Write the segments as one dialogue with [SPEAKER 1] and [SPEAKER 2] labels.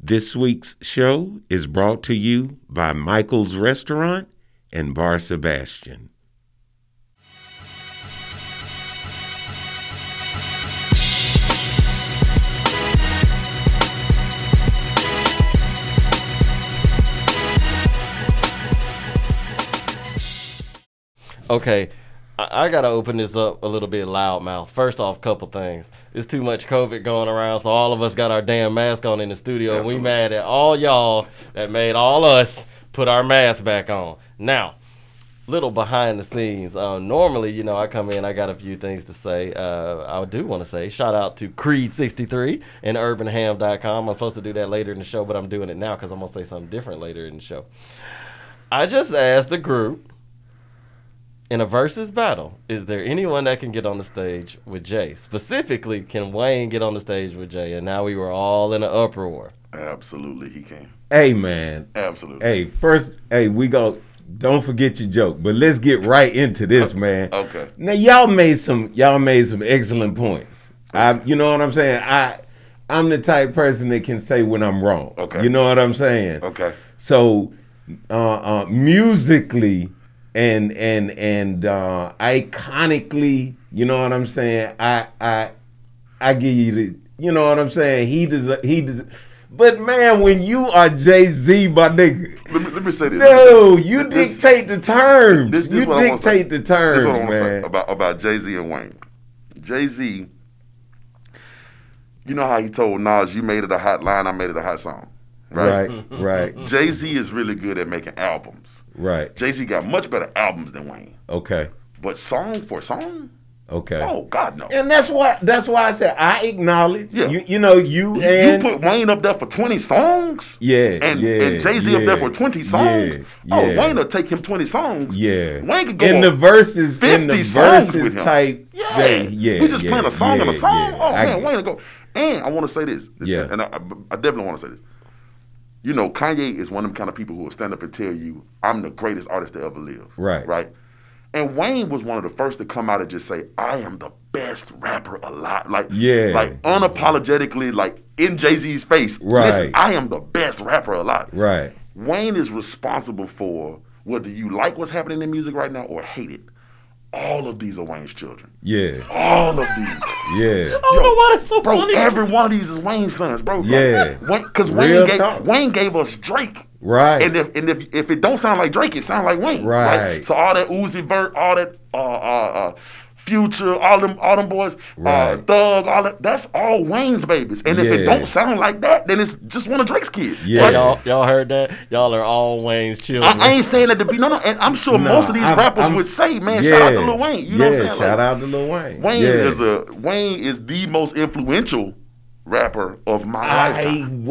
[SPEAKER 1] This week's show is brought to you by Michael's Restaurant and Bar Sebastian.
[SPEAKER 2] Okay, I, I gotta open this up a little bit loudmouth. First off, couple things. It's too much COVID going around, so all of us got our damn mask on in the studio. We mad at all y'all that made all us put our mask back on. Now, little behind the scenes. Uh, normally, you know, I come in, I got a few things to say. Uh, I do want to say shout out to Creed63 and UrbanHam.com. I'm supposed to do that later in the show, but I'm doing it now because I'm gonna say something different later in the show. I just asked the group in a versus battle, is there anyone that can get on the stage with Jay? Specifically, can Wayne get on the stage with Jay? And now we were all in an uproar.
[SPEAKER 3] Absolutely, he can.
[SPEAKER 1] Hey man.
[SPEAKER 3] Absolutely.
[SPEAKER 1] Hey, first, hey, we go don't forget your joke, but let's get right into this, man.
[SPEAKER 3] Okay.
[SPEAKER 1] Now y'all made some y'all made some excellent points. I you know what I'm saying? I I'm the type person that can say when I'm wrong.
[SPEAKER 3] Okay.
[SPEAKER 1] You know what I'm saying?
[SPEAKER 3] Okay.
[SPEAKER 1] So, uh, uh, musically and and and uh, iconically, you know what I'm saying. I I I give you the, you know what I'm saying. He does he does, but man, when you are Jay Z, my nigga.
[SPEAKER 3] Let me, let me say this.
[SPEAKER 1] No, you
[SPEAKER 3] This-
[SPEAKER 1] dictate the terms.
[SPEAKER 3] this- this
[SPEAKER 1] you
[SPEAKER 3] what I wanna say.
[SPEAKER 1] dictate the terms,
[SPEAKER 3] Here's what I want to say
[SPEAKER 1] man.
[SPEAKER 3] about about Jay Z and Wayne. Jay Z, you know how he told Nas, "You made it a hot line, I made it a hot song." Right.
[SPEAKER 1] Right, right,
[SPEAKER 3] Jay Z is really good at making albums.
[SPEAKER 1] right.
[SPEAKER 3] Jay Z got much better albums than Wayne,
[SPEAKER 1] Okay,
[SPEAKER 3] but song for song,
[SPEAKER 1] okay.
[SPEAKER 3] oh God no.
[SPEAKER 1] And that's why that's why I said I acknowledge.
[SPEAKER 3] Yeah.
[SPEAKER 1] You, you know you
[SPEAKER 3] You,
[SPEAKER 1] and
[SPEAKER 3] you put Wayne up there for twenty songs.
[SPEAKER 1] Yeah,
[SPEAKER 3] and,
[SPEAKER 1] yeah,
[SPEAKER 3] and Jay Z up there
[SPEAKER 1] yeah,
[SPEAKER 3] for twenty songs.
[SPEAKER 1] yeah,
[SPEAKER 3] oh,
[SPEAKER 1] yeah.
[SPEAKER 3] Wayne will take him twenty songs.
[SPEAKER 1] Yeah.
[SPEAKER 3] Wayne could go
[SPEAKER 1] in
[SPEAKER 3] on
[SPEAKER 1] the verses, in
[SPEAKER 3] 50
[SPEAKER 1] the
[SPEAKER 3] songs with
[SPEAKER 1] verses
[SPEAKER 3] him.
[SPEAKER 1] type.
[SPEAKER 3] Yeah,
[SPEAKER 1] thing. yeah.
[SPEAKER 3] We just
[SPEAKER 1] yeah,
[SPEAKER 3] playing a song and a
[SPEAKER 1] yeah,
[SPEAKER 3] song.
[SPEAKER 1] yeah.
[SPEAKER 3] Oh
[SPEAKER 1] I
[SPEAKER 3] man,
[SPEAKER 1] get-
[SPEAKER 3] Wayne go. And I want to say this.
[SPEAKER 1] Yeah.
[SPEAKER 3] And I, I definitely want to say this. You know, Kanye is one of them kind of people who will stand up and tell you, "I'm the greatest artist to ever live."
[SPEAKER 1] Right.
[SPEAKER 3] Right. And Wayne was one of the first to come out and just say, "I am the best rapper alive." Like,
[SPEAKER 1] Yeah.
[SPEAKER 3] like unapologetically, like in Jay Z's face.
[SPEAKER 1] Right.
[SPEAKER 3] Listen, I am the best rapper alive.
[SPEAKER 1] Right.
[SPEAKER 3] Wayne is responsible for whether you like what's happening in music right now or hate it. All of these are Wayne's children.
[SPEAKER 1] Yeah.
[SPEAKER 3] All of these.
[SPEAKER 1] Yeah.
[SPEAKER 2] I don't know why that's so
[SPEAKER 3] Bro,
[SPEAKER 2] funny.
[SPEAKER 3] every one of these is Wayne's sons, bro. Like,
[SPEAKER 1] Yeah.
[SPEAKER 3] Wayne, Cause
[SPEAKER 1] Real
[SPEAKER 3] Wayne
[SPEAKER 1] talk.
[SPEAKER 3] gave, Wayne gave us Drake.
[SPEAKER 1] Right.
[SPEAKER 3] And if and if, if it don't sound like Drake, it sound like Wayne.
[SPEAKER 1] Right.
[SPEAKER 3] So all that Uzi Vert, all that uh, uh, uh, Future, all them all them boys, uh,
[SPEAKER 1] Right.
[SPEAKER 3] Thug, all that. That's all Wayne's babies. And if it
[SPEAKER 1] Yeah.
[SPEAKER 3] don't sound like that, then it's just one of Drake's kids.
[SPEAKER 1] Yeah.
[SPEAKER 3] Like,
[SPEAKER 2] Y'all, y'all heard that? Y'all are all Wayne's children.
[SPEAKER 3] I, I ain't saying that to be no no. And I'm sure
[SPEAKER 1] Nah,
[SPEAKER 3] most of these
[SPEAKER 1] I'm-
[SPEAKER 3] rappers
[SPEAKER 1] I'm-
[SPEAKER 3] would say, man,
[SPEAKER 1] yeah.
[SPEAKER 3] shout out to Lil Wayne. You know what I'm
[SPEAKER 1] Yeah,
[SPEAKER 3] saying?
[SPEAKER 1] Shout
[SPEAKER 3] Like,
[SPEAKER 1] out to Lil Wayne.
[SPEAKER 3] Wayne
[SPEAKER 1] yeah.
[SPEAKER 3] is a Wayne is the most influential rapper of my
[SPEAKER 1] I
[SPEAKER 3] lifetime.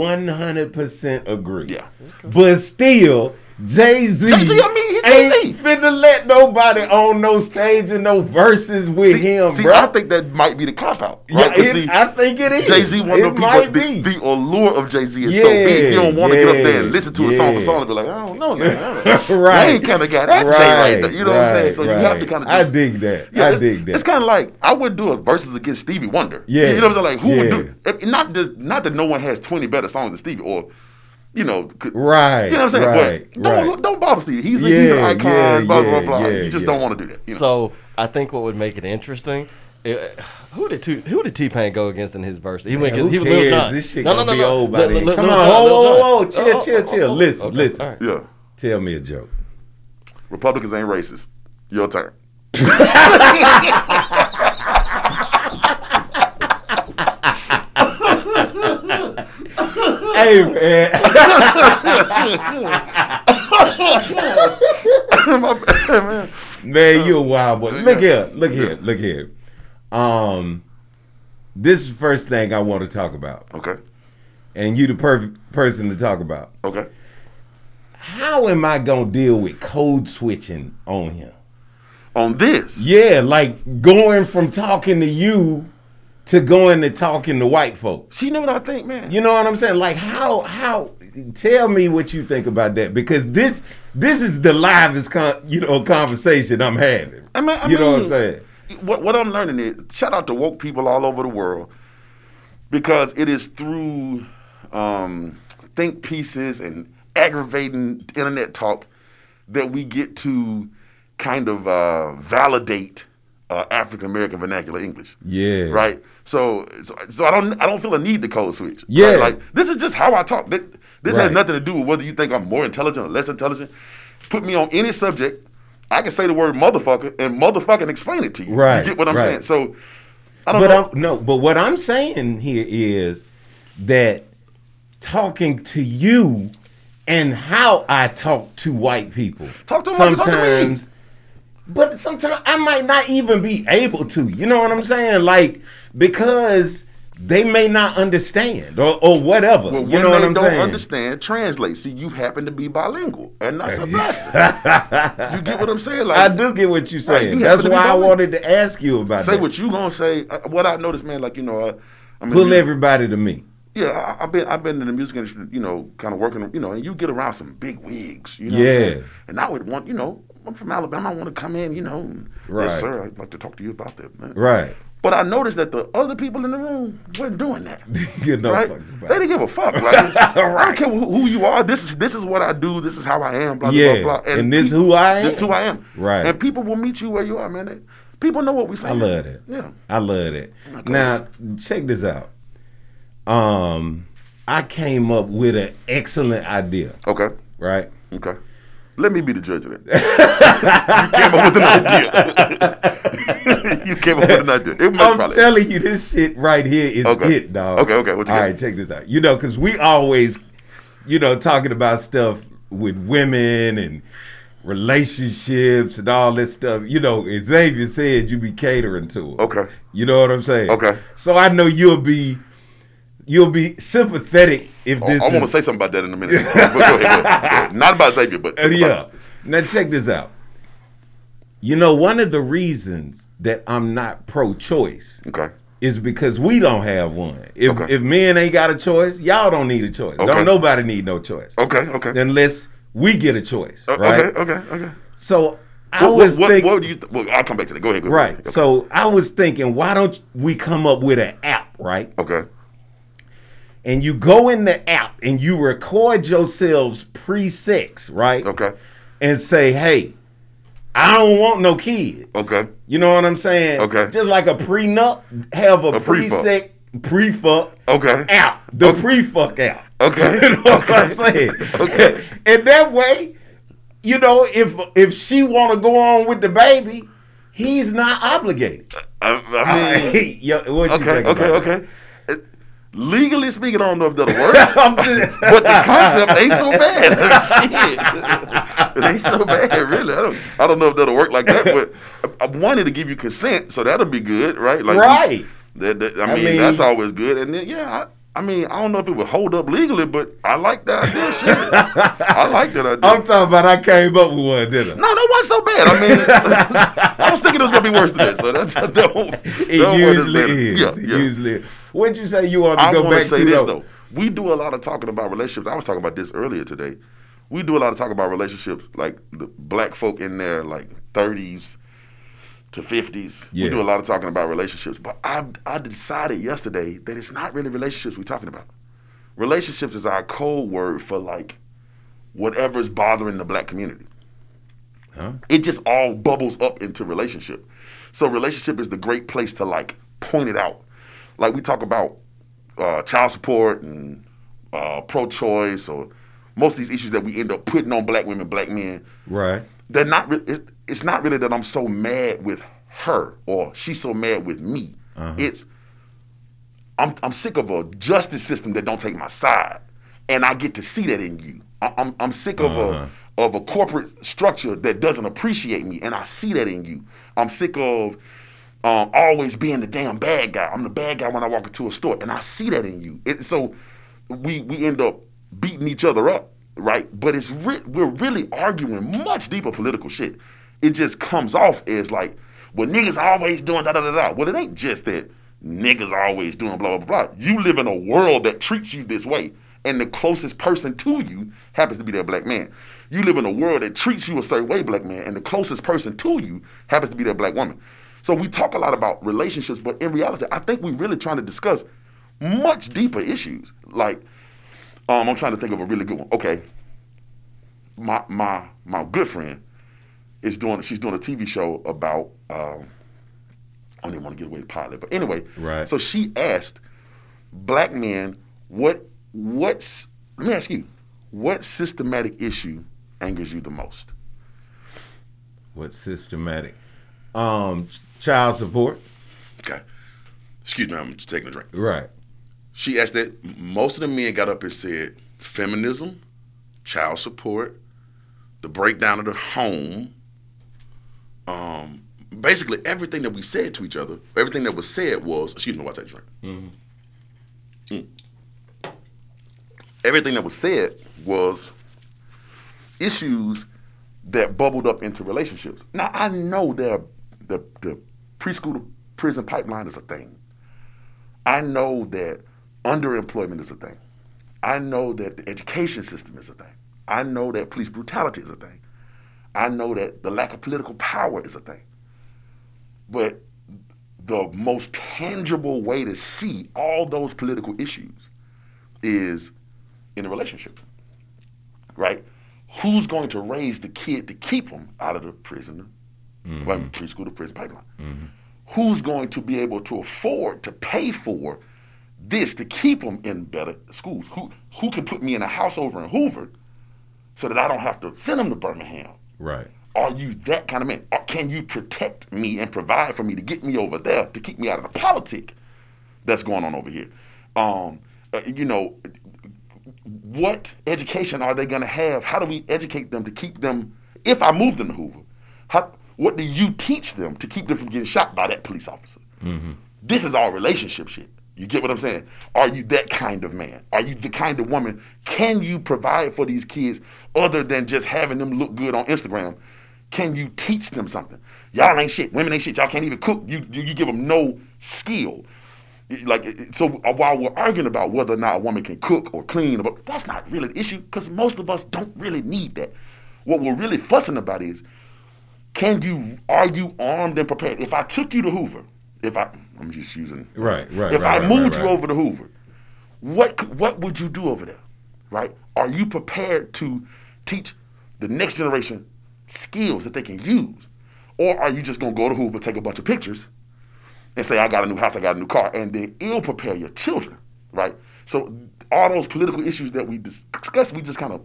[SPEAKER 1] 100% agree.
[SPEAKER 3] Yeah.
[SPEAKER 1] But still, Jay Z
[SPEAKER 3] Jay-Z, I mean, he Jay-Z.
[SPEAKER 1] ain't finna let nobody on no stage and no verses with him,
[SPEAKER 3] see,
[SPEAKER 1] bro.
[SPEAKER 3] I think that might be the cop out.
[SPEAKER 1] yeah,
[SPEAKER 3] Right? 'Cause
[SPEAKER 1] it-
[SPEAKER 3] see,
[SPEAKER 1] I think it is.
[SPEAKER 3] Jay Z one
[SPEAKER 1] it
[SPEAKER 3] of the
[SPEAKER 1] might
[SPEAKER 3] people.
[SPEAKER 1] be.
[SPEAKER 3] The, the allure of Jay Z is so big. You don't want to get
[SPEAKER 1] Yeah,
[SPEAKER 3] up there and listen to a
[SPEAKER 1] yeah.
[SPEAKER 3] song for song and be like, I don't know. That.
[SPEAKER 1] Right.
[SPEAKER 3] Wayne kind of got that Jay right there. You know what I'm saying? So you have to
[SPEAKER 1] right.
[SPEAKER 3] kind of.
[SPEAKER 1] I dig that.
[SPEAKER 3] Yeah,
[SPEAKER 1] I
[SPEAKER 3] it's,
[SPEAKER 1] dig that.
[SPEAKER 3] It's kind of like I would do a versus against Stevie Wonder.
[SPEAKER 1] Yeah.
[SPEAKER 3] you know what I'm saying? Like who
[SPEAKER 1] Yeah.
[SPEAKER 3] would do? if- Not that not that no one has 20 better songs than Stevie, or you know, could,
[SPEAKER 1] Right,
[SPEAKER 3] You know what I'm saying?
[SPEAKER 1] right,
[SPEAKER 3] but don't
[SPEAKER 1] right.
[SPEAKER 3] don't bother Stevie. He's, a, he's an
[SPEAKER 1] Yeah,
[SPEAKER 3] icon.
[SPEAKER 1] yeah,
[SPEAKER 3] blah blah
[SPEAKER 1] yeah,
[SPEAKER 3] blah.
[SPEAKER 1] yeah,
[SPEAKER 3] you just
[SPEAKER 1] yeah.
[SPEAKER 3] don't want to do that. You know?
[SPEAKER 2] So I think what would make it interesting, eh, who did T, who did T Pain go against in his verse? He went
[SPEAKER 1] Man,
[SPEAKER 2] against
[SPEAKER 1] who
[SPEAKER 2] he was Lil
[SPEAKER 1] cares?
[SPEAKER 2] Jon.
[SPEAKER 1] This shit
[SPEAKER 2] no,
[SPEAKER 1] gonna
[SPEAKER 2] no, no,
[SPEAKER 1] be
[SPEAKER 2] no.
[SPEAKER 1] old by
[SPEAKER 2] Lil-
[SPEAKER 1] then.
[SPEAKER 2] Lil-
[SPEAKER 1] Come
[SPEAKER 2] Lil
[SPEAKER 1] on,
[SPEAKER 2] Jon,
[SPEAKER 1] whoa,
[SPEAKER 2] Lil
[SPEAKER 1] whoa,
[SPEAKER 2] Jon.
[SPEAKER 1] whoa, chill,
[SPEAKER 2] Oh,
[SPEAKER 1] chill,
[SPEAKER 2] oh, oh,
[SPEAKER 1] chill.
[SPEAKER 2] oh,
[SPEAKER 1] Listen,
[SPEAKER 2] okay,
[SPEAKER 1] listen.
[SPEAKER 2] all right.
[SPEAKER 3] yeah,
[SPEAKER 1] Tell me a joke.
[SPEAKER 3] Republicans ain't racist. Your turn.
[SPEAKER 1] hey man,
[SPEAKER 3] My bad, man.
[SPEAKER 1] man, you a wild boy. Look here, look here, look here. Um, this is the first thing I want to talk about,
[SPEAKER 3] Okay.
[SPEAKER 1] and you the perfect person to talk about.
[SPEAKER 3] Okay.
[SPEAKER 1] How am I gonna deal with code switching on him?
[SPEAKER 3] On this.
[SPEAKER 1] Yeah, like going from talking to you to going to talking to white folks.
[SPEAKER 3] See, you know what I think, man?
[SPEAKER 1] You know what I'm saying? Like how how tell me what you think about that because this this is the livest con, you know conversation I'm having.
[SPEAKER 3] I mean- I
[SPEAKER 1] you know what I'm
[SPEAKER 3] mean-
[SPEAKER 1] saying?
[SPEAKER 3] what what I'm learning is shout out to woke people all over the world because it is through um, think pieces and aggravating internet talk that we get to kind of uh, validate uh, African American vernacular English.
[SPEAKER 1] Yeah.
[SPEAKER 3] Right. So, so so I don't I don't feel a need to code switch. right?
[SPEAKER 1] Yeah.
[SPEAKER 3] Like this is just how I talk. Th- This has
[SPEAKER 1] Right.
[SPEAKER 3] nothing to do with whether you think I'm more intelligent or less intelligent. Put me on any subject, I can say the word motherfucker and motherfucking explain it to you.
[SPEAKER 1] Right,
[SPEAKER 3] You get what I'm
[SPEAKER 1] right.
[SPEAKER 3] saying? So I don't
[SPEAKER 1] But
[SPEAKER 3] know.
[SPEAKER 1] I'm, no, but what I'm saying here is that talking to you and how I talk to white people.
[SPEAKER 3] Talk to 'em like you talk to me.
[SPEAKER 1] sometimes. But sometimes I might not even be able to. You know what I'm saying? Like because they may not understand or, or whatever. you
[SPEAKER 3] Well, when
[SPEAKER 1] know
[SPEAKER 3] they
[SPEAKER 1] what I'm
[SPEAKER 3] don't
[SPEAKER 1] saying?
[SPEAKER 3] understand, translate. See, you happen to be bilingual, and that's a blessing. you get what I'm saying? Like,
[SPEAKER 1] I do get what you're
[SPEAKER 3] Right,
[SPEAKER 1] saying.
[SPEAKER 3] you
[SPEAKER 1] That's
[SPEAKER 3] happen to be
[SPEAKER 1] why I
[SPEAKER 3] bilingual.
[SPEAKER 1] wanted to ask you about
[SPEAKER 3] say
[SPEAKER 1] that.
[SPEAKER 3] what you gonna say. Uh, What I noticed, man, like you know, I, I mean,
[SPEAKER 1] Pull
[SPEAKER 3] you-
[SPEAKER 1] everybody to me.
[SPEAKER 3] yeah, I, I've been I've been in the music industry, you know, kind of working, you know, and you get around some big wigs, you know. what I'm
[SPEAKER 1] Yeah.
[SPEAKER 3] saying? and I would want, you know, I'm from Alabama. I want to come in, you know. and,
[SPEAKER 1] Right.
[SPEAKER 3] Yes, sir. I'd like to talk to you about that, man.
[SPEAKER 1] Right.
[SPEAKER 3] But I noticed that the other people in the room weren't doing that.
[SPEAKER 1] Get no
[SPEAKER 3] right?
[SPEAKER 1] fucks
[SPEAKER 3] They
[SPEAKER 1] about
[SPEAKER 3] didn't give a fuck. Like, I
[SPEAKER 1] Right.
[SPEAKER 3] don't care who, who you are. This is this is what I do. This is how I am. Blah
[SPEAKER 1] Yeah,
[SPEAKER 3] blah blah. blah.
[SPEAKER 1] and this who I
[SPEAKER 3] This
[SPEAKER 1] am.
[SPEAKER 3] who I am.
[SPEAKER 1] Right.
[SPEAKER 3] And people will meet you where you are, man. They- people know what we say.
[SPEAKER 1] I love that.
[SPEAKER 3] Yeah.
[SPEAKER 1] I love that.
[SPEAKER 3] God.
[SPEAKER 1] Now, check this out. Um, I came up with an excellent idea,
[SPEAKER 3] Okay.
[SPEAKER 1] right?
[SPEAKER 3] Okay. Let me be the judge of that. you came up with an idea. you came up with an idea. It was
[SPEAKER 1] I'm
[SPEAKER 3] probably.
[SPEAKER 1] telling you, this shit right here is
[SPEAKER 3] Okay.
[SPEAKER 1] it, dog.
[SPEAKER 3] Okay, okay, what you
[SPEAKER 1] All
[SPEAKER 3] got?
[SPEAKER 1] right, check this out. You know, because we always, you know, talking about stuff with women and relationships and all this stuff. You know, Xavier said you be catering to her.
[SPEAKER 3] Okay.
[SPEAKER 1] You know what I'm saying?
[SPEAKER 3] Okay.
[SPEAKER 1] So I know you'll be, you'll be sympathetic if
[SPEAKER 3] Oh,
[SPEAKER 1] this.
[SPEAKER 3] I want to
[SPEAKER 1] is-
[SPEAKER 3] say something about that in a minute. But go ahead, go ahead, go ahead. Not about Xavier, but
[SPEAKER 1] Uh, yeah. Now check this out. You know, one of the reasons that I'm not pro-choice
[SPEAKER 3] Okay.
[SPEAKER 1] is because we don't have one. If
[SPEAKER 3] Okay.
[SPEAKER 1] if men ain't got a choice, y'all don't need a choice.
[SPEAKER 3] Okay.
[SPEAKER 1] Don't nobody need no choice
[SPEAKER 3] Okay. Okay.
[SPEAKER 1] unless we get a choice,
[SPEAKER 3] O-
[SPEAKER 1] right?
[SPEAKER 3] Okay. Okay. Okay.
[SPEAKER 1] So I
[SPEAKER 3] What,
[SPEAKER 1] was
[SPEAKER 3] what, what,
[SPEAKER 1] thinking,
[SPEAKER 3] what do you? Th- well, I'll come back to that. Go ahead. Go ahead.
[SPEAKER 1] right?
[SPEAKER 3] Okay.
[SPEAKER 1] So I was thinking, why don't we come up with an app, right?
[SPEAKER 3] Okay.
[SPEAKER 1] And you go in the app and you record yourselves pre-sex, right?
[SPEAKER 3] Okay.
[SPEAKER 1] And say, hey, I don't want no kids.
[SPEAKER 3] Okay.
[SPEAKER 1] You know what I'm saying?
[SPEAKER 3] Okay.
[SPEAKER 1] Just like a prenup, have a,
[SPEAKER 3] A pre-fuck.
[SPEAKER 1] pre-sec, pre-fuck
[SPEAKER 3] Okay.
[SPEAKER 1] out. The pre-fuck out.
[SPEAKER 3] Okay.
[SPEAKER 1] You know what I'm
[SPEAKER 3] Okay.
[SPEAKER 1] saying?
[SPEAKER 3] Okay.
[SPEAKER 1] and that way, you know, if if she want to go on with the baby, he's not obligated.
[SPEAKER 3] I, I mean.
[SPEAKER 1] Yo, what you
[SPEAKER 3] okay.
[SPEAKER 1] think
[SPEAKER 3] Okay.
[SPEAKER 1] about
[SPEAKER 3] Okay. It- legally speaking, I don't know if that'll work.
[SPEAKER 1] that? I'm just-
[SPEAKER 3] But the concept ain't so bad. Shit. it ain't so bad, really. I don't, I don't know if that'll work like that, but I, I wanted to give you consent, so that'll be good, right? Like, you-
[SPEAKER 1] Right.
[SPEAKER 3] that, that- I, mean,
[SPEAKER 1] mean-
[SPEAKER 3] that's always good. And then, yeah, I, I mean, I don't know if it would hold up legally, but I like that idea. Shit. I like that idea.
[SPEAKER 1] I'm talking about I came up with one, didn't I?
[SPEAKER 3] no, that wasn't so bad. I mean, I was thinking it was gonna be worse than that. So that, that, that, won't-
[SPEAKER 1] It
[SPEAKER 3] that wasn't
[SPEAKER 1] usually
[SPEAKER 3] bad.
[SPEAKER 1] is.
[SPEAKER 3] Yeah,
[SPEAKER 1] It
[SPEAKER 3] yeah.
[SPEAKER 1] usually is. What'd you say you want to
[SPEAKER 3] I
[SPEAKER 1] go
[SPEAKER 3] want
[SPEAKER 1] back
[SPEAKER 3] to say
[SPEAKER 1] to
[SPEAKER 3] this
[SPEAKER 1] though?
[SPEAKER 3] though. We do a lot of talking about relationships. I was talking about this earlier today. We do a lot of talking about relationships, like the black folk in their like thirties to fifties.
[SPEAKER 1] Yeah.
[SPEAKER 3] We do a lot of talking about relationships, but I I decided yesterday that it's not really relationships we're talking about. Relationships is our code word for like whatever's bothering the black community.
[SPEAKER 1] Huh?
[SPEAKER 3] It just all bubbles up into relationship. So relationship is the great place to like point it out. Like we talk about uh, child support and uh, pro-choice or most of these issues that we end up putting on black women, black men.
[SPEAKER 1] Right.
[SPEAKER 3] They're not. Re- it, it's not really that I'm so mad with her or she's so mad with me. It's I'm I'm sick of a justice system that don't take my side, and I get to see that in you. I, I'm I'm sick of
[SPEAKER 1] Uh-huh.
[SPEAKER 3] a of a corporate structure that doesn't appreciate me, and I see that in you. I'm sick of um, always being the damn bad guy. I'm the bad guy when I walk into a store, and I see that in you. It, so we we end up beating each other up, right? But it's re- we're really arguing much deeper political shit. It just comes off as like, well, niggas always doing da da da da. Well, it ain't just that niggas always doing blah blah blah. blah. You live in a world that treats you this way, and the closest person to you happens to be that black man. You live in a world that treats you a certain way, black man, and the closest person to you happens to be that black woman. So we talk a lot about relationships, but in reality, I think we're really trying to discuss much deeper issues. Like Um, I'm trying to think of a really good one. Okay, my my my good friend is doing. She's doing a TV show about. Um, I don't even want to get away with pilot, but anyway.
[SPEAKER 1] Right.
[SPEAKER 3] So she asked black men what what's. Let me ask you, what systematic issue angers you the most?
[SPEAKER 1] What systematic? Um, child support.
[SPEAKER 3] Okay. Excuse me, I'm just taking a drink.
[SPEAKER 1] Right.
[SPEAKER 3] She asked that. Most of the men got up and said feminism, child support, the breakdown of the home, um, basically everything that we said to each other, everything that was said was, excuse me, while I take a drink. Mm. Everything that was said was issues that bubbled up into relationships. Now I know there, the the preschool to prison pipeline is a thing. I know that underemployment is a thing. I know that the education system is a thing. I know that police brutality is a thing. I know that the lack of political power is a thing. But the most tangible way to see all those political issues is in a relationship, right? Who's going to raise the kid to keep them out of the prison, well, preschool to prison pipeline? Who's going to be able to afford to pay for this to keep them in better schools? Who who can put me in a house over in Hoover so that I don't have to send them to Birmingham?
[SPEAKER 1] Right.
[SPEAKER 3] Are you that kind of man? Or can you protect me and provide for me to get me over there to keep me out of the politic that's going on over here? Um, uh, you know, what education are they going to have? How do we educate them to keep them? If I move them to Hoover, how, what do you teach them to keep them from getting shot by that police officer? This is all relationship shit. You get what I'm saying? Are you that kind of man? Are you the kind of woman? Can you provide for these kids other than just having them look good on Instagram? Can you teach them something? Y'all ain't shit. Women ain't shit. Y'all can't even cook. You you, you give them no skill. Like it- it- so, uh, while we're arguing about whether or not a woman can cook or clean, but that's not really the issue because most of us don't really need that. What we're really fussing about is can you are you armed and prepared? If I took you to Hoover, if I I'm just using
[SPEAKER 1] Right, right,
[SPEAKER 3] If
[SPEAKER 1] right,
[SPEAKER 3] I
[SPEAKER 1] right,
[SPEAKER 3] moved
[SPEAKER 1] right,
[SPEAKER 3] you
[SPEAKER 1] right.
[SPEAKER 3] over to Hoover, what c- what would you do over there? Right? Are you prepared to teach the next generation skills that they can use, or are you just gonna go to Hoover, take a bunch of pictures, and say I got a new house, I got a new car, and then ill prepare your children? Right? So all those political issues that we dis- discuss, we just kind of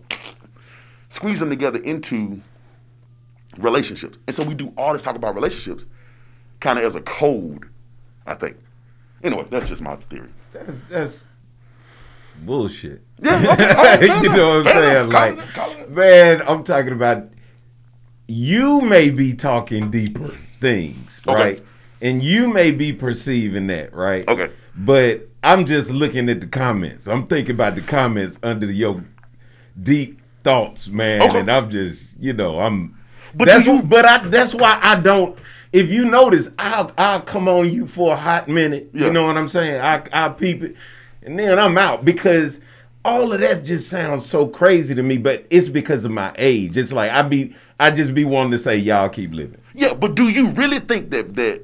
[SPEAKER 3] squeeze them together into relationships. And so we do all this talk about relationships kind of as a code, I think. Anyway, that's just my theory.
[SPEAKER 1] That's that's bullshit.
[SPEAKER 3] Yeah, okay, all right, fair
[SPEAKER 1] you know what I'm
[SPEAKER 3] enough, fair
[SPEAKER 1] saying?
[SPEAKER 3] enough. Call it-
[SPEAKER 1] Like,
[SPEAKER 3] call it-
[SPEAKER 1] man, I'm talking about you may be talking deeper things,
[SPEAKER 3] Okay.
[SPEAKER 1] right? And you may be perceiving that, right?
[SPEAKER 3] Okay.
[SPEAKER 1] But I'm just looking at the comments. I'm thinking about the comments under your deep thoughts, man.
[SPEAKER 3] Okay.
[SPEAKER 1] And I'm just, you know, I'm.
[SPEAKER 3] But
[SPEAKER 1] But that's
[SPEAKER 3] do you-
[SPEAKER 1] wh- but I that's why I don't. If you notice, I'll I'll come on you for a hot minute.
[SPEAKER 3] Yeah.
[SPEAKER 1] You know what I'm saying? I I peep it, and then I'm out because all of that just sounds so crazy to me. But it's because of my age. It's like I be I just be wanting to say y'all keep living.
[SPEAKER 3] Yeah, but do you really think that that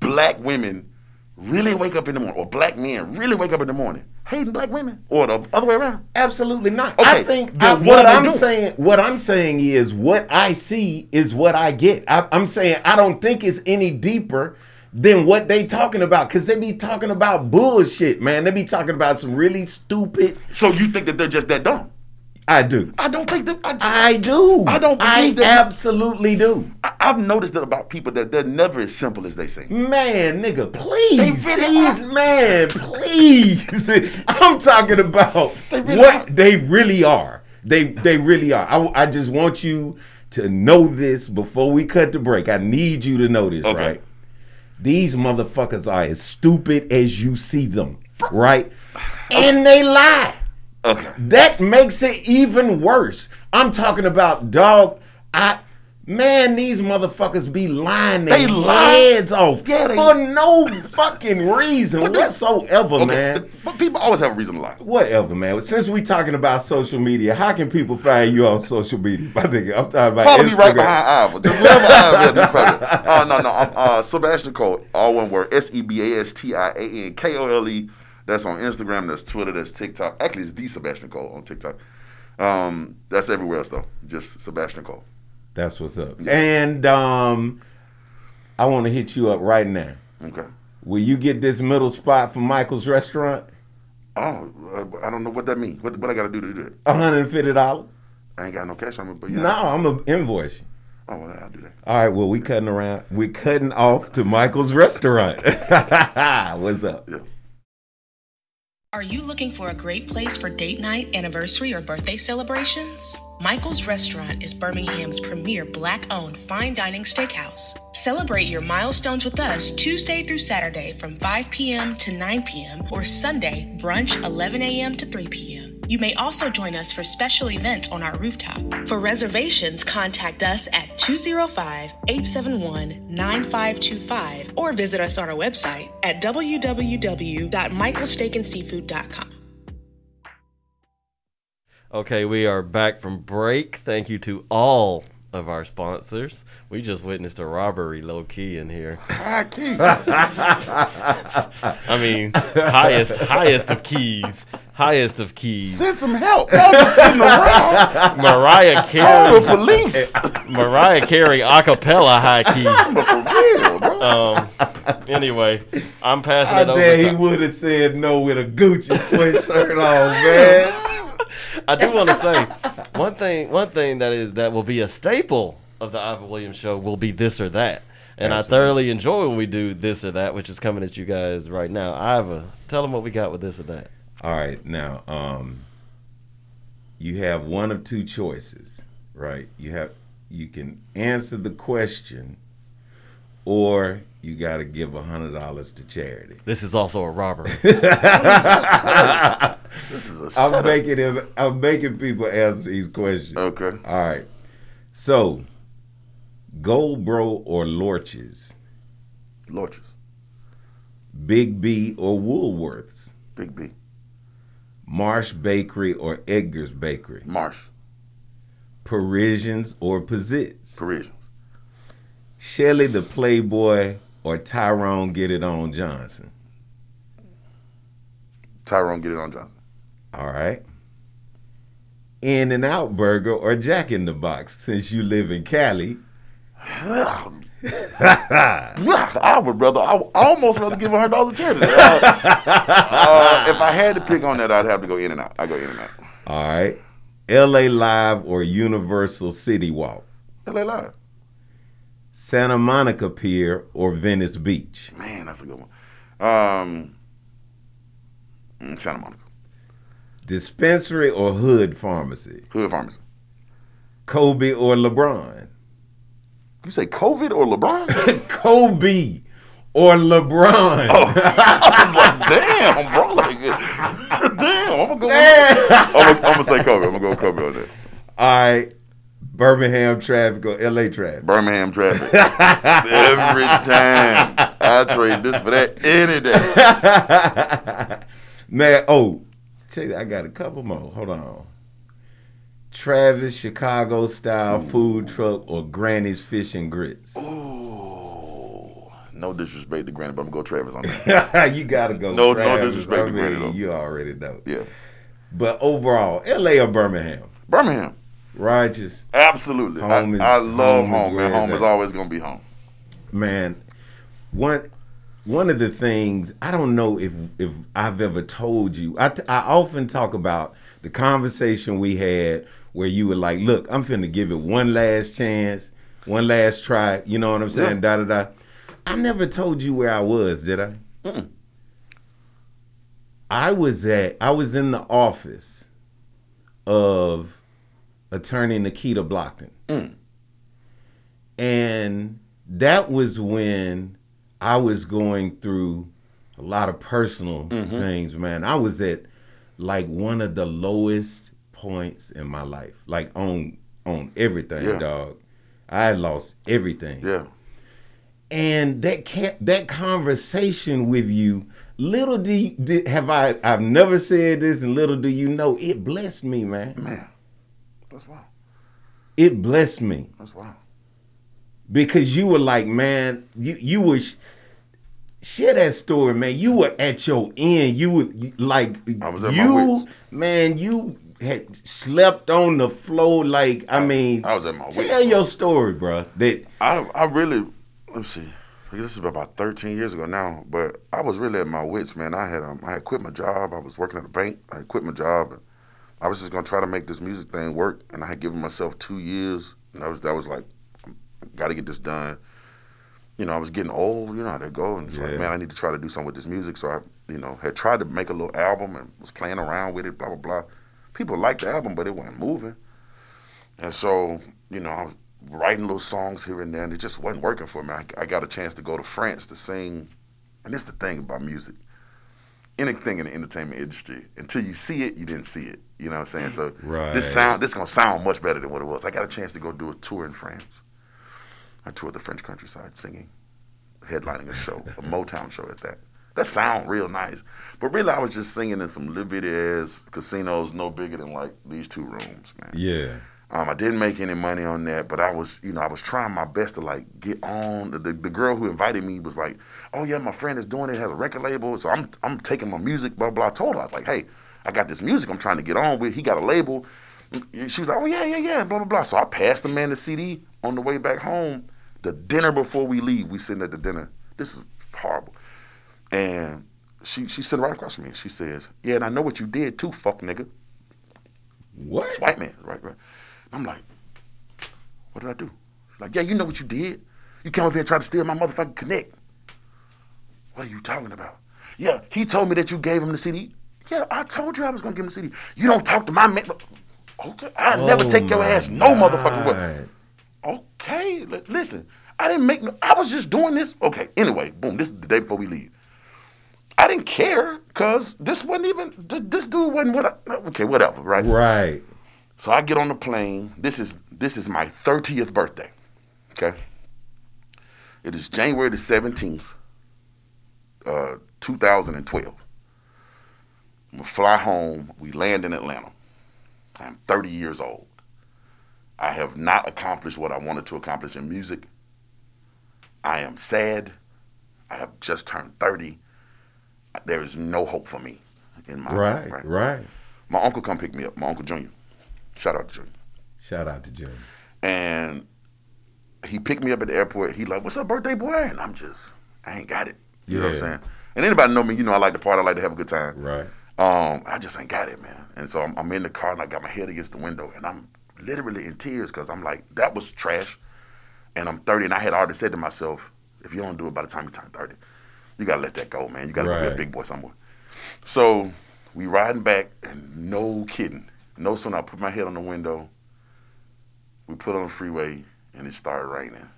[SPEAKER 3] black women really wake up in the morning, or black men really wake up in the morning hating black women, or the other way around?
[SPEAKER 1] Absolutely not.
[SPEAKER 3] Okay,
[SPEAKER 1] I think
[SPEAKER 3] then
[SPEAKER 1] I-
[SPEAKER 3] what are
[SPEAKER 1] what
[SPEAKER 3] they
[SPEAKER 1] I'm
[SPEAKER 3] doing?
[SPEAKER 1] saying, what I'm saying is, what I see is what I get. I, I'm saying I don't think it's any deeper than what they talking about because they be talking about bullshit, man. They be talking about some really stupid.
[SPEAKER 3] So you think that they're just that dumb?
[SPEAKER 1] I do.
[SPEAKER 3] I don't think that. I,
[SPEAKER 1] I do.
[SPEAKER 3] I don't
[SPEAKER 1] I
[SPEAKER 3] believe that-
[SPEAKER 1] absolutely do.
[SPEAKER 3] I, I've noticed that about people that they're never as simple as they seem.
[SPEAKER 1] Man, nigga, please,
[SPEAKER 3] They really
[SPEAKER 1] these man, please. I'm talking about
[SPEAKER 3] They really
[SPEAKER 1] what
[SPEAKER 3] are.
[SPEAKER 1] they really are. They they really are. I, I just want you to know this before we cut the break. I need you to know this,
[SPEAKER 3] Okay.
[SPEAKER 1] right? These motherfuckers are as stupid as you see them, right? And they lie.
[SPEAKER 3] Okay.
[SPEAKER 1] That makes it even worse. I'm talking about dog. I man, these motherfuckers be lying their
[SPEAKER 3] They lie.
[SPEAKER 1] heads off
[SPEAKER 3] Yeah, they-
[SPEAKER 1] for no fucking reason whatsoever,
[SPEAKER 3] Okay.
[SPEAKER 1] man.
[SPEAKER 3] But people always have a reason to lie.
[SPEAKER 1] Whatever, man. Since we talking about social media, how can people find you on social media, my nigga? I'm talking about
[SPEAKER 3] Follow me right
[SPEAKER 1] Instagram.
[SPEAKER 3] behind Iva. Just wherever Iva is, you find me. Uh, no, no. I'm uh, Sebastian Cole, all one word. S E B A S T I A N K O L E That's on Instagram. That's Twitter. That's TikTok. Actually, it's the Sebastian Cole on TikTok. Um, that's everywhere else though. Just Sebastian Cole.
[SPEAKER 1] That's what's up. And um, I want to hit you up right now.
[SPEAKER 3] Okay.
[SPEAKER 1] Will you get this middle spot for Michael's restaurant?
[SPEAKER 3] Oh, uh, I don't know what that means. What, what I got to do to do that?
[SPEAKER 1] One hundred and fifty dollars.
[SPEAKER 3] I ain't got no cash on me, but yeah.
[SPEAKER 1] No, I'm gonna invoice you.
[SPEAKER 3] Oh, well, I'll do that.
[SPEAKER 1] All right. Well, we cutting around. We cutting off to Michael's restaurant. what's up?
[SPEAKER 3] Yeah.
[SPEAKER 4] Are you looking for a great place for date night, anniversary, or birthday celebrations? Michael's Restaurant is Birmingham's premier black owned fine dining steakhouse. Celebrate your milestones with us Tuesday through Saturday from 5 p.m. to 9 p.m. or Sunday brunch 11 a.m. to 3 p.m. You may also join us for special events on our rooftop. For reservations, contact us at 205 871 9525 or visit us on our website at www.michaelsteakandseafood.com.
[SPEAKER 2] Okay, we are back from break. Thank you to all of our sponsors. We just witnessed a robbery low key in here.
[SPEAKER 3] Hi, Keith.
[SPEAKER 2] I mean, highest highest of keys. Highest of keys.
[SPEAKER 3] Send some help. Y'all just sitting around.
[SPEAKER 2] Mariah
[SPEAKER 3] Call the
[SPEAKER 2] Carey
[SPEAKER 3] police.
[SPEAKER 2] Mariah Carey a cappella high key.
[SPEAKER 3] but for real, bro.
[SPEAKER 2] Um anyway, I'm passing
[SPEAKER 1] I
[SPEAKER 2] it over
[SPEAKER 1] dare he
[SPEAKER 2] to,
[SPEAKER 1] would have said no with a Gucci sweatshirt on, man.
[SPEAKER 2] I do want to say one thing. One thing that is that will be a staple of the Ivan Williams show will be this or that, and I thoroughly enjoy when we do this or that, which is coming at you guys right now. Ivan, tell them what we got with this or that.
[SPEAKER 1] All right, now um, you have one of two choices, right? You have you can answer the question, or you got to give a hundred dollars to charity.
[SPEAKER 2] This is also a robbery.
[SPEAKER 3] This is a
[SPEAKER 1] I'm
[SPEAKER 3] setup.
[SPEAKER 1] making him, I'm making people answer these questions.
[SPEAKER 3] Okay.
[SPEAKER 1] All right, so Goldbro or Lorches,
[SPEAKER 3] Lorches.
[SPEAKER 1] Big B or Woolworths,
[SPEAKER 3] Big B.
[SPEAKER 1] Marsh Bakery or Edgar's Bakery.
[SPEAKER 3] Marsh.
[SPEAKER 1] Parisians or Pazits?
[SPEAKER 3] Parisians.
[SPEAKER 1] Shelly the Playboy or Tyrone Get It On Johnson?
[SPEAKER 3] Tyrone, get it on Johnson.
[SPEAKER 1] All right. In and Out Burger or Jack in the Box since you live in Cali?
[SPEAKER 3] I would rather. I would almost rather give a hundred dollars to charity. Uh, uh, if I had to pick on that, I'd have to go in and out. I go in and out.
[SPEAKER 1] All right. LA Live or Universal City Walk?
[SPEAKER 3] LA Live.
[SPEAKER 1] Santa Monica Pier or Venice Beach?
[SPEAKER 3] Man, that's a good one. Um, mm, Santa Monica.
[SPEAKER 1] Dispensary or Hood Pharmacy?
[SPEAKER 3] Hood Pharmacy.
[SPEAKER 1] Kobe or LeBron?
[SPEAKER 3] You say COVID or LeBron?
[SPEAKER 1] Kobe or LeBron?
[SPEAKER 3] I was like, damn, bro. Like, damn, I'm gonna go. I'm gonna, I'm gonna say COVID. I'm gonna go with COVID on that.
[SPEAKER 1] All right. Birmingham traffic or LA traffic?
[SPEAKER 3] Birmingham traffic. Every time. I trade this for that any day.
[SPEAKER 1] Man, oh, check that. I got a couple more. Hold on. Travis Chicago style food truck or Granny's fish and grits?
[SPEAKER 3] Ooh, no disrespect to Granny, but I'm gonna go Travis on that.
[SPEAKER 1] you gotta go.
[SPEAKER 3] No- no
[SPEAKER 1] Travis.
[SPEAKER 3] disrespect
[SPEAKER 1] I
[SPEAKER 3] to Granny,
[SPEAKER 1] mean,
[SPEAKER 3] though.
[SPEAKER 1] You already know.
[SPEAKER 3] Yeah,
[SPEAKER 1] But overall, LA or Birmingham?
[SPEAKER 3] Birmingham,
[SPEAKER 1] Righteous.
[SPEAKER 3] absolutely. I,
[SPEAKER 1] Home is-
[SPEAKER 3] I love
[SPEAKER 1] home is
[SPEAKER 3] home,
[SPEAKER 1] where
[SPEAKER 3] man.
[SPEAKER 1] it's
[SPEAKER 3] Home is
[SPEAKER 1] at.
[SPEAKER 3] always gonna be home.
[SPEAKER 1] man one one of the things i don't know if if i've ever told you I t- I often talk about the conversation we had where you were like look i'm finna give it one last chance one last try you know what i'm saying da da da i never told you where i was did i i was at i was in the office of attorney nikita blockton and that was when I was going through a lot of personal things, man. I was at like one of the lowest points in my life, like on on everything,
[SPEAKER 3] Yeah.
[SPEAKER 1] dog. I had lost everything,
[SPEAKER 3] Yeah,
[SPEAKER 1] and that can't, that conversation with you. Little do, you- did- have I I've never said this, and little do you know, it blessed me, man.
[SPEAKER 3] man, that's wild.
[SPEAKER 1] It blessed me.
[SPEAKER 3] That's wild.
[SPEAKER 1] because you were like, man, you you were. sh- share that story, man. You were at your end. You were you- like
[SPEAKER 3] I was at my
[SPEAKER 1] you,
[SPEAKER 3] wits.
[SPEAKER 1] man. You had slept on the floor. Like I mean,
[SPEAKER 3] I was at my
[SPEAKER 1] Tell
[SPEAKER 3] wits.
[SPEAKER 1] your story, bro. That
[SPEAKER 3] I I really let's see. I guess This is about 13 years ago now, but I was really at my wits, man. I had um, I had quit my job. I was working at a bank. I had quit my job. And I was just gonna try to make this music thing work, and I had given myself two years. And I was that was like, got to get this done. You know, I was getting old. You know how that go. And it's like,
[SPEAKER 1] Yeah.
[SPEAKER 3] man, I need to try to do something with this music. So I, you know, had tried to make a little album and was playing around with it. Blah blah blah. People liked the album, but it wasn't moving. And so, you know, I was writing little songs here and there, and it just wasn't working for me. I, I got a chance to go to France to sing. And this is the thing about music anything in the entertainment industry, until you see it, you didn't see it. You know what I'm saying? So
[SPEAKER 1] Right.
[SPEAKER 3] this sound this gonna sound much better than what it was. I got a chance to go do a tour in France. I toured the French countryside singing, headlining a show, a Motown show at that. That sound real nice, but really I was just singing in some little bitty ass casinos, no bigger than like these two rooms, man.
[SPEAKER 1] yeah,
[SPEAKER 3] Um, I didn't make any money on that, but I was, you know, I was trying my best to like get on. The, the girl who invited me was like, "Oh yeah, my friend is doing it. Has a record label, so I'm I'm taking my music." Blah blah. I told her I was like, "Hey, I got this music. I'm trying to get on with. He got a label." And She was like, "Oh yeah, yeah, yeah." Blah blah blah. So I passed the man the CD on the way back home. The dinner before we leave, we sitting at the dinner. This is horrible. And she she sitting right across from me. She says, "Yeah, and I know what you did too, fuck nigga."
[SPEAKER 1] what?
[SPEAKER 3] It's white man, right, right. And I'm like, what did I do? She's Like, yeah, you know what you did. You came over here and tried to steal my motherfucking connect. What are you talking about? Yeah, he told me that you gave him the CD. Yeah, I told you I was gonna give him the CD. You don't talk to my man. Okay, I will never
[SPEAKER 1] Oh
[SPEAKER 3] take your
[SPEAKER 1] my
[SPEAKER 3] ass no motherfucking way.
[SPEAKER 1] God.
[SPEAKER 3] Okay, li- listen, I didn't make. No, I was just doing this. Okay, anyway, boom. This is the day before we leave. I didn't care because this wasn't even. th- This dude wasn't what. I, okay, whatever. Right.
[SPEAKER 1] Right.
[SPEAKER 3] So I get on the plane. This is this is my 30th birthday. Okay. It is January the 17th, uh, 2012. I'm gonna fly home. We land in Atlanta. I'm 30 years old. I have not accomplished what I wanted to accomplish in music. I am sad. I have just turned 30. There is no hope for me in my
[SPEAKER 1] Right. Right.
[SPEAKER 3] My uncle come pick me up. My uncle Junior. Shout out to Junior
[SPEAKER 1] Shout out to Jimmy.
[SPEAKER 3] and he picked me up at the airport. He like, "What's up, birthday boy?" And I'm just, I ain't got it. You know what I'm
[SPEAKER 1] Yeah.
[SPEAKER 3] saying? And anybody know me, you know I like to party, I like to have a good time.
[SPEAKER 1] Right.
[SPEAKER 3] Um, I just ain't got it, man. And so I'm, I'm in the car and I got my head against the window and I'm literally in tears because I'm like, that was trash. And I'm 30 and I had already said to myself, if you don't do it by the time you turn 30, you gotta let that go, man. You gotta go be a
[SPEAKER 1] Right.
[SPEAKER 3] big boy somewhere. So we riding back and no kidding, no sooner I put my head on the window, we put on the freeway and it started raining.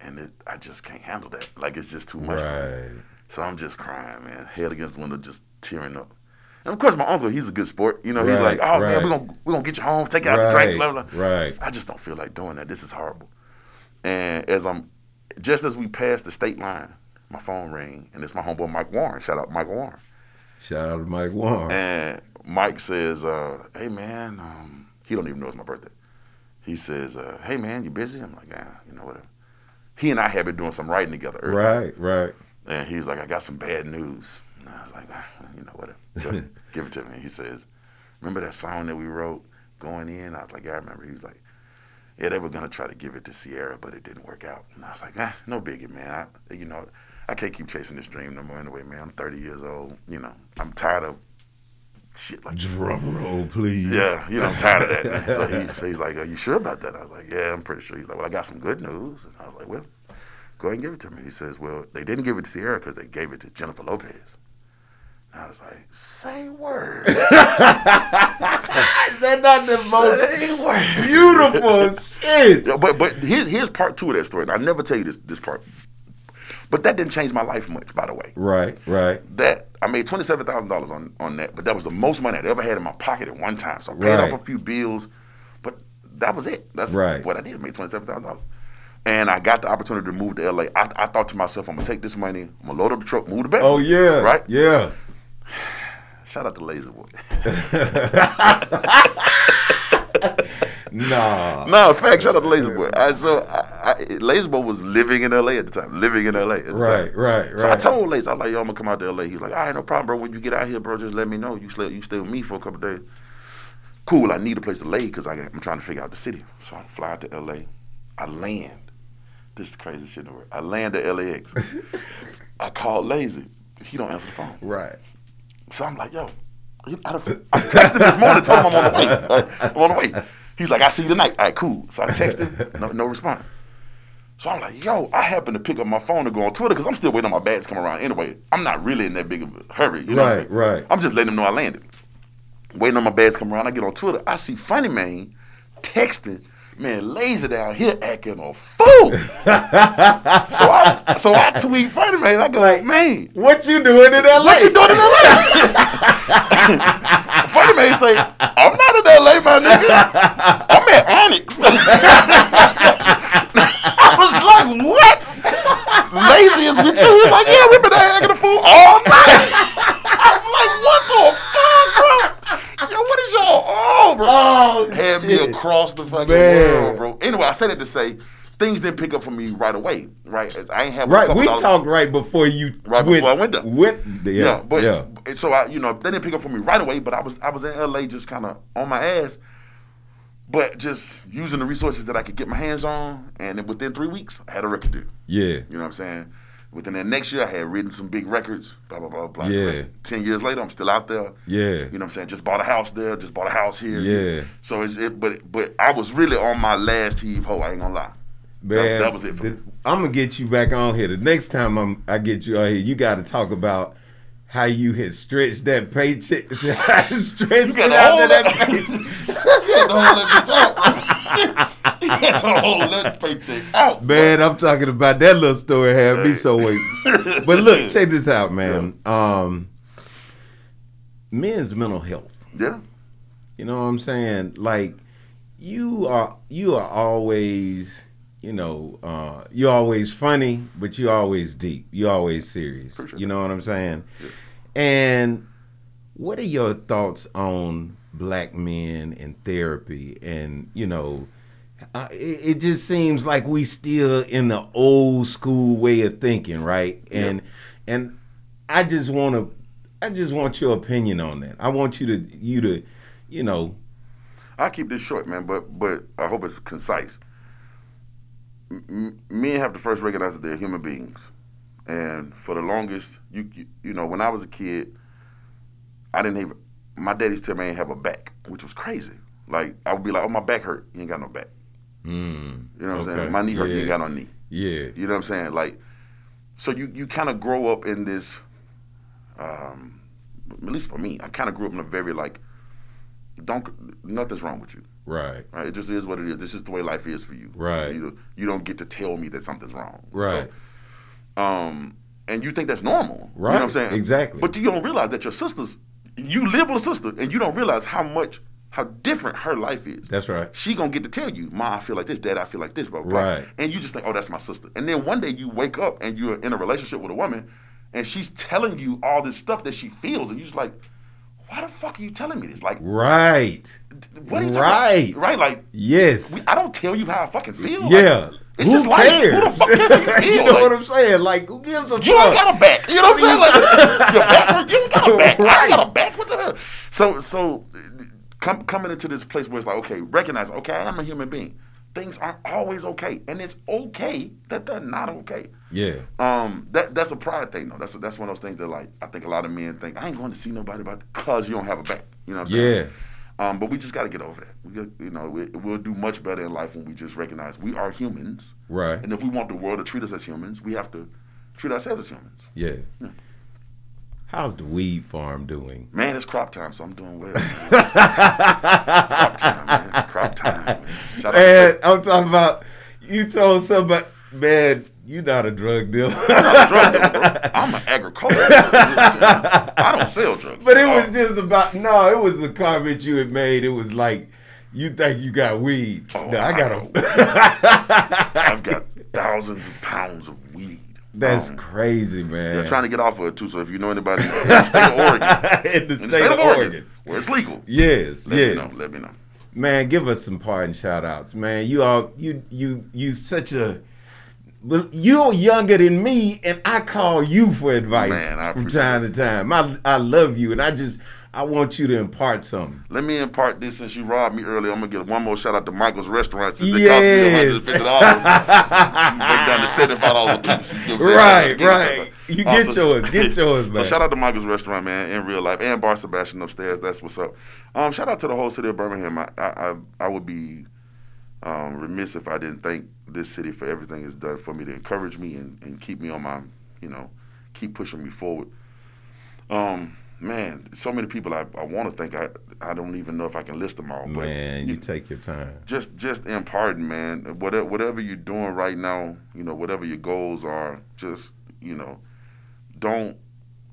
[SPEAKER 3] And it, I just can't handle that. Like it's just too much. for me.
[SPEAKER 1] Right.
[SPEAKER 3] So I'm just crying, man. Head against the window, just tearing up. And of course, my uncle, he's a good sport. You know, he's
[SPEAKER 1] Right,
[SPEAKER 3] like, oh, man,
[SPEAKER 1] right.
[SPEAKER 3] we're going we gonna get you home, take you out to
[SPEAKER 1] Right.
[SPEAKER 3] drink, blah, blah, blah.
[SPEAKER 1] Right.
[SPEAKER 3] I just don't feel like doing that. This is horrible. And as I'm, just as we passed the state line, my phone rang, and it's my homeboy, Mike Warren. Shout out Mike Warren.
[SPEAKER 1] Shout out to Mike Warren.
[SPEAKER 3] And Mike says, uh, "Hey man, um, he don't even know it's my birthday." He says, uh, "Hey man, you busy?" I'm like, "Yeah, you know whatever." He and I had been doing some writing together. earlier.
[SPEAKER 1] Right. Right.
[SPEAKER 3] And he was like, "I got some bad news." And I was like, ah, "You know whatever, Go- give it to me." He says, "Remember that song that we wrote going in?" I was like, "Yeah, I remember." He was like, "Yeah, they were gonna try to give it to Sierra, but it didn't work out." And I was like, "Ah, no biggie, man. I, you know, I can't keep chasing this dream no more anyway, man. I'm 30 years old. You know, I'm tired of shit like this."
[SPEAKER 1] Drum roll, please.
[SPEAKER 3] Yeah, you know, I'm tired of that. so he's, he's like, Are you sure about that? I was like, Yeah, I'm pretty sure. He's like, Well, I got some good news. And I was like, Well, go ahead and give it to me. He says, Well, they didn't give it to Sierra because they gave it to Jennifer Lopez. And I was like, Say word.
[SPEAKER 1] Is that not the
[SPEAKER 3] Say word.
[SPEAKER 1] beautiful shit?
[SPEAKER 3] Yeah, but but here's, here's part two of that story. And I never tell you this, this part. But that didn't change my life much, by the way.
[SPEAKER 1] Right. Right.
[SPEAKER 3] that I made twenty seven thousand dollars on on that, but that was the most money I'd ever had in my pocket at one time. So I paid
[SPEAKER 1] Right.
[SPEAKER 3] off a few bills, but that was it. That's
[SPEAKER 1] Right.
[SPEAKER 3] what I did. I made twenty seven thousand dollars, and I got the opportunity to move to LA. I, I thought to myself, I'm gonna take this money, I'm gonna load up the truck, move to Beverly.
[SPEAKER 1] Oh yeah.
[SPEAKER 3] right.
[SPEAKER 1] Yeah.
[SPEAKER 3] Shout out to Lazy Boy.
[SPEAKER 1] Nah.
[SPEAKER 3] no, in fact, shout out to Lazy Boy. I, so I, I, I, Lazy Boy was living in L.A. at the time, living in L.A. at the
[SPEAKER 1] Right,
[SPEAKER 3] time.
[SPEAKER 1] right, right.
[SPEAKER 3] So I told Lazy, I was like, yo, I'm gonna come out to L.A. He was like, all right, no problem, bro. When you get out here, bro, just let me know. You stay, you stay with me for a couple days. Cool. I need a place to lay because I'm trying to figure out the city. So I fly out to L.A. I land. This is the craziest shit in the world. I land at LAX. I called Lazy. He don't answer the phone.
[SPEAKER 1] Right.
[SPEAKER 3] So I'm like, yo, I, I, done- I texted him this morning, told him I'm on the way. Like, I'm on the way. He's like, I see you tonight. All right, cool. So I texted him, no, no response. So I'm like, yo, I happened to pick up my phone and go on Twitter because I'm still waiting on my bags to come around anyway. I'm not really in that big of a hurry. You know what I'm
[SPEAKER 1] Right,
[SPEAKER 3] saying?
[SPEAKER 1] right.
[SPEAKER 3] I'm just letting him know I landed. Waiting on my bags to come around. I get on Twitter. I see Funny Man texting, man, lazy down here acting a fool. so, I, so I tweet Funny Man. I go,
[SPEAKER 1] Like,
[SPEAKER 3] man,
[SPEAKER 1] What you doing in LA?
[SPEAKER 3] what you doing in LA? Funny man say, I'm not in LA, my nigga. I'm at Onyx. I was like, what? Lazy is with you? He's like, yeah, we've been acting a fool all night. I'm like, what the fuck, bro? Yo, what is y'all all, bro?
[SPEAKER 1] Oh,
[SPEAKER 3] Had
[SPEAKER 1] shit.
[SPEAKER 3] me across the fucking
[SPEAKER 1] Man.
[SPEAKER 3] world, bro. Anyway, I said it to say, things didn't pick up for me right away, right? I ain't have a
[SPEAKER 1] Right,
[SPEAKER 3] couple
[SPEAKER 1] we
[SPEAKER 3] dollars-
[SPEAKER 1] talked right before you
[SPEAKER 3] Right
[SPEAKER 1] went,
[SPEAKER 3] before I went there.
[SPEAKER 1] there.
[SPEAKER 3] yeah,
[SPEAKER 1] Yeah,
[SPEAKER 3] but
[SPEAKER 1] yeah.
[SPEAKER 3] and so I, you know, they didn't pick up for me right away. But I was, I was in LA, just kind of on my ass, but just using the resources that I could get my hands on. And then within three weeks, I had a record deal.
[SPEAKER 1] Yeah.
[SPEAKER 3] You know what I'm saying? Within that next year, I had written some big records. Blah blah blah blah.
[SPEAKER 1] Yeah.
[SPEAKER 3] Rest- Ten years later, I'm still out there.
[SPEAKER 1] Yeah.
[SPEAKER 3] You know what I'm saying? Just bought a house there. Just bought a house here.
[SPEAKER 1] Yeah.
[SPEAKER 3] So it's it, but but I was really on my last heave ho. I ain't gonna lie. That-
[SPEAKER 1] Man,
[SPEAKER 3] that, was it for me.
[SPEAKER 1] I'm gonna get you back on here. The next time I'm, I get you on here, you got to talk about how you had stretched that paycheck, stretched
[SPEAKER 3] You
[SPEAKER 1] it
[SPEAKER 3] got
[SPEAKER 1] out
[SPEAKER 3] all
[SPEAKER 1] to
[SPEAKER 3] that.
[SPEAKER 1] that.
[SPEAKER 3] You had to hold that bitch out. You had to hold that paycheck out.
[SPEAKER 1] Man, I'm talking about that little story had me so wait. but look, check this out, man. Um, men's mental health.
[SPEAKER 3] Yeah.
[SPEAKER 1] You know what I'm saying? Like you are you are always, you know, uh you're always funny, but you're always deep. You're always serious.
[SPEAKER 3] For sure.
[SPEAKER 1] You know what I'm saying? And what are your thoughts on black men and therapy and, you know, uh, it, it just seems like we still in the old school way of thinking, right? And and I just want to I just want your opinion on that. I want you to you to you know
[SPEAKER 3] I keep this short, man, but but I hope it's concise. M- m- men have to first recognize that they're human beings, and for the longest, you you, you know, when I was a kid, I didn't have my daddy's tell me I didn't have a back, which was crazy. Like I would be like, oh, my back hurt. You ain't got no back. You know what I'm
[SPEAKER 1] okay.
[SPEAKER 3] saying? My knee hurt. You ain't
[SPEAKER 1] Yeah.
[SPEAKER 3] got no knee.
[SPEAKER 1] yeah
[SPEAKER 3] You know what I'm saying? Like, so you you kind of grow up in this. Um, at least for me, I kind of grew up in a very like, don't nothing's wrong with you.
[SPEAKER 1] right
[SPEAKER 3] Right? It just is what it is. This is the way life is for you.
[SPEAKER 1] Right.
[SPEAKER 3] You, you don't get to tell me that something's wrong.
[SPEAKER 1] right
[SPEAKER 3] So, um, and you think that's normal. You know
[SPEAKER 1] Right.
[SPEAKER 3] what I'm saying?
[SPEAKER 1] Exactly.
[SPEAKER 3] But you don't realize that your sister's, you live with a sister and you don't realize how much, how different her life is.
[SPEAKER 1] That's right.
[SPEAKER 3] She gonna get to tell you, Ma, I feel like this, Dad, I feel like this, bro.
[SPEAKER 1] Right.
[SPEAKER 3] And you just think, oh, that's my sister. And then one day you wake up and you're in a relationship with a woman and she's telling you all this stuff that she feels and you're just like, why the fuck are you telling me this? Like,
[SPEAKER 1] right
[SPEAKER 3] what are you
[SPEAKER 1] Right.
[SPEAKER 3] talking about? Right. Like,
[SPEAKER 1] yes
[SPEAKER 3] we, I don't tell you how I fucking feel. Like,
[SPEAKER 1] yeah
[SPEAKER 3] it's
[SPEAKER 1] who
[SPEAKER 3] just life.
[SPEAKER 1] cares
[SPEAKER 3] Who the fuck cares how you feel?
[SPEAKER 1] you know
[SPEAKER 3] Like,
[SPEAKER 1] what I'm saying like who gives a
[SPEAKER 3] you
[SPEAKER 1] fuck
[SPEAKER 3] ain't got a back. You know what I'm saying? Like, your back, hurt, you ain't got a back. I
[SPEAKER 1] Right.
[SPEAKER 3] ain't got a back. What the hell? So, so uh, come, coming into this place where it's like, okay, recognize, okay, I'm a human being. Things aren't always okay, and it's okay that they're not okay.
[SPEAKER 1] yeah
[SPEAKER 3] Um, that that's a pride thing though. That's that's one of those things that like I think a lot of men think I ain't going to see nobody about because you don't have a back. You know what I'm saying? Yeah. Um, but we just got to get over that. We got, you know we, we'll do much better in life when we just recognize we are humans,
[SPEAKER 1] Right.
[SPEAKER 3] And if we want the world to treat us as humans, we have to treat ourselves as humans.
[SPEAKER 1] yeah how's the weed farm doing
[SPEAKER 3] Man, it's crop time, so I'm doing well. crop time, man. Crop time. Man. Shout out
[SPEAKER 1] man I'm talking about you told somebody man you not a drug dealer
[SPEAKER 3] to drug dealer, bro. I'm an agriculturalist. I don't sell drugs. Oh,
[SPEAKER 1] But it was just about no. It was the comment you had made. It was like, you think you got weed?
[SPEAKER 3] Oh,
[SPEAKER 1] no, I got
[SPEAKER 3] I
[SPEAKER 1] a.
[SPEAKER 3] I've got thousands of pounds of weed.
[SPEAKER 1] That's
[SPEAKER 3] Um,
[SPEAKER 1] crazy, man.
[SPEAKER 3] They're trying to get off of it too. So if you know anybody in the state of Oregon,
[SPEAKER 1] in the
[SPEAKER 3] in
[SPEAKER 1] state,
[SPEAKER 3] the state
[SPEAKER 1] of Oregon.
[SPEAKER 3] where it's legal,
[SPEAKER 1] Yes,
[SPEAKER 3] let me know.
[SPEAKER 1] yes.
[SPEAKER 3] Let me know.
[SPEAKER 1] Man, give us some parting shout outs, man. You all, you, you, you, such a But you're younger than me, and I call you for advice
[SPEAKER 3] Man, I
[SPEAKER 1] from
[SPEAKER 3] appreciate
[SPEAKER 1] time to time. I I love you, and I just I want you to impart something.
[SPEAKER 3] Let me impart this since you robbed me earlier. I'm gonna get one more shout out to Michael's Restaurant since it cost me 150 dollars. Break down to 75 dollars a piece. You know what
[SPEAKER 1] Right,
[SPEAKER 3] I'm saying?
[SPEAKER 1] right. You get yours, get yours,
[SPEAKER 3] so
[SPEAKER 1] man.
[SPEAKER 3] shout out to Michael's Restaurant, man, in real life, and Bar Sebastian upstairs. That's what's up. Um, shout out to the whole city of Birmingham. I I, I, I would be um, remiss if I didn't thank this city for everything it's done for me to encourage me and, and keep me on my, you know, keep pushing me forward. Um, man, so many people I, I want to thank. I I don't even know if I can list them all. But
[SPEAKER 1] Man, you take your time.
[SPEAKER 3] just just in pardon, man. Whatever whatever you're doing right now, you know, whatever your goals are, just you know, don't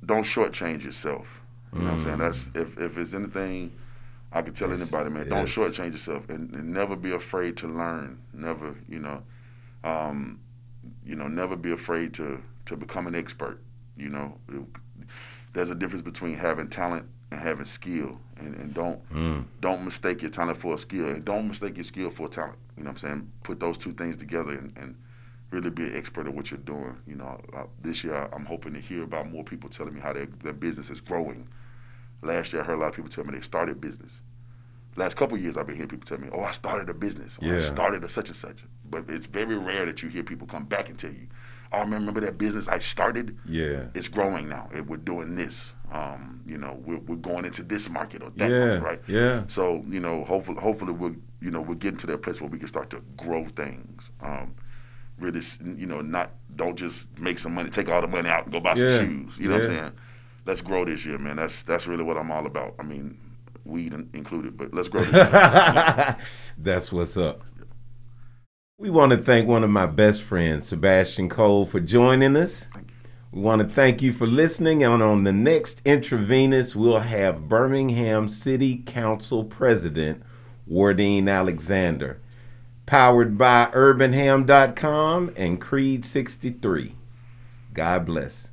[SPEAKER 3] don't shortchange yourself. You know what I'm saying? That's if if it's anything I could tell anybody, man, don't
[SPEAKER 1] yes.
[SPEAKER 3] shortchange yourself and, and never be afraid to learn. Never, you know, um, you know, never be afraid to to become an expert. You know, there's a difference between having talent and having skill, and, and don't don't mistake your talent for a skill, and don't mistake your skill for talent. You know what I'm saying? Put those two things together and, and really be an expert at what you're doing. You know, uh, this year I'm hoping to hear about more people telling me how their, their business is growing. Last year I heard a lot of people tell me they started business. Last couple of years I've been hearing people tell me, "Oh, I started a business. Or,
[SPEAKER 1] Yeah.
[SPEAKER 3] I started a such and such." But it's very rare that you hear people come back and tell you, "Oh, remember that business I started?
[SPEAKER 1] Yeah.
[SPEAKER 3] it's growing now. It, we're doing this. Um, you know, we're, we're going into this market or that
[SPEAKER 1] Yeah,
[SPEAKER 3] market, right?
[SPEAKER 1] yeah.
[SPEAKER 3] So you know, hopefully, hopefully we're you know we're getting to that place where we can start to grow things. Um, really, s- you know, not don't just make some money, take all the money out and go buy some
[SPEAKER 1] Yeah,
[SPEAKER 3] shoes. You know what I'm
[SPEAKER 1] yeah.
[SPEAKER 3] saying? Let's grow this year, man. That's that's really what I'm all about. I mean, weed in- included, but let's grow. This year.
[SPEAKER 1] That's what's up. We want to thank one of my best friends, Sebastian Cole, for joining us. We want to thank you for listening. And on the next Intravenous, we'll have Birmingham City Council President Wardeen Alexander, powered by urbanham.com and Creed 63. God bless.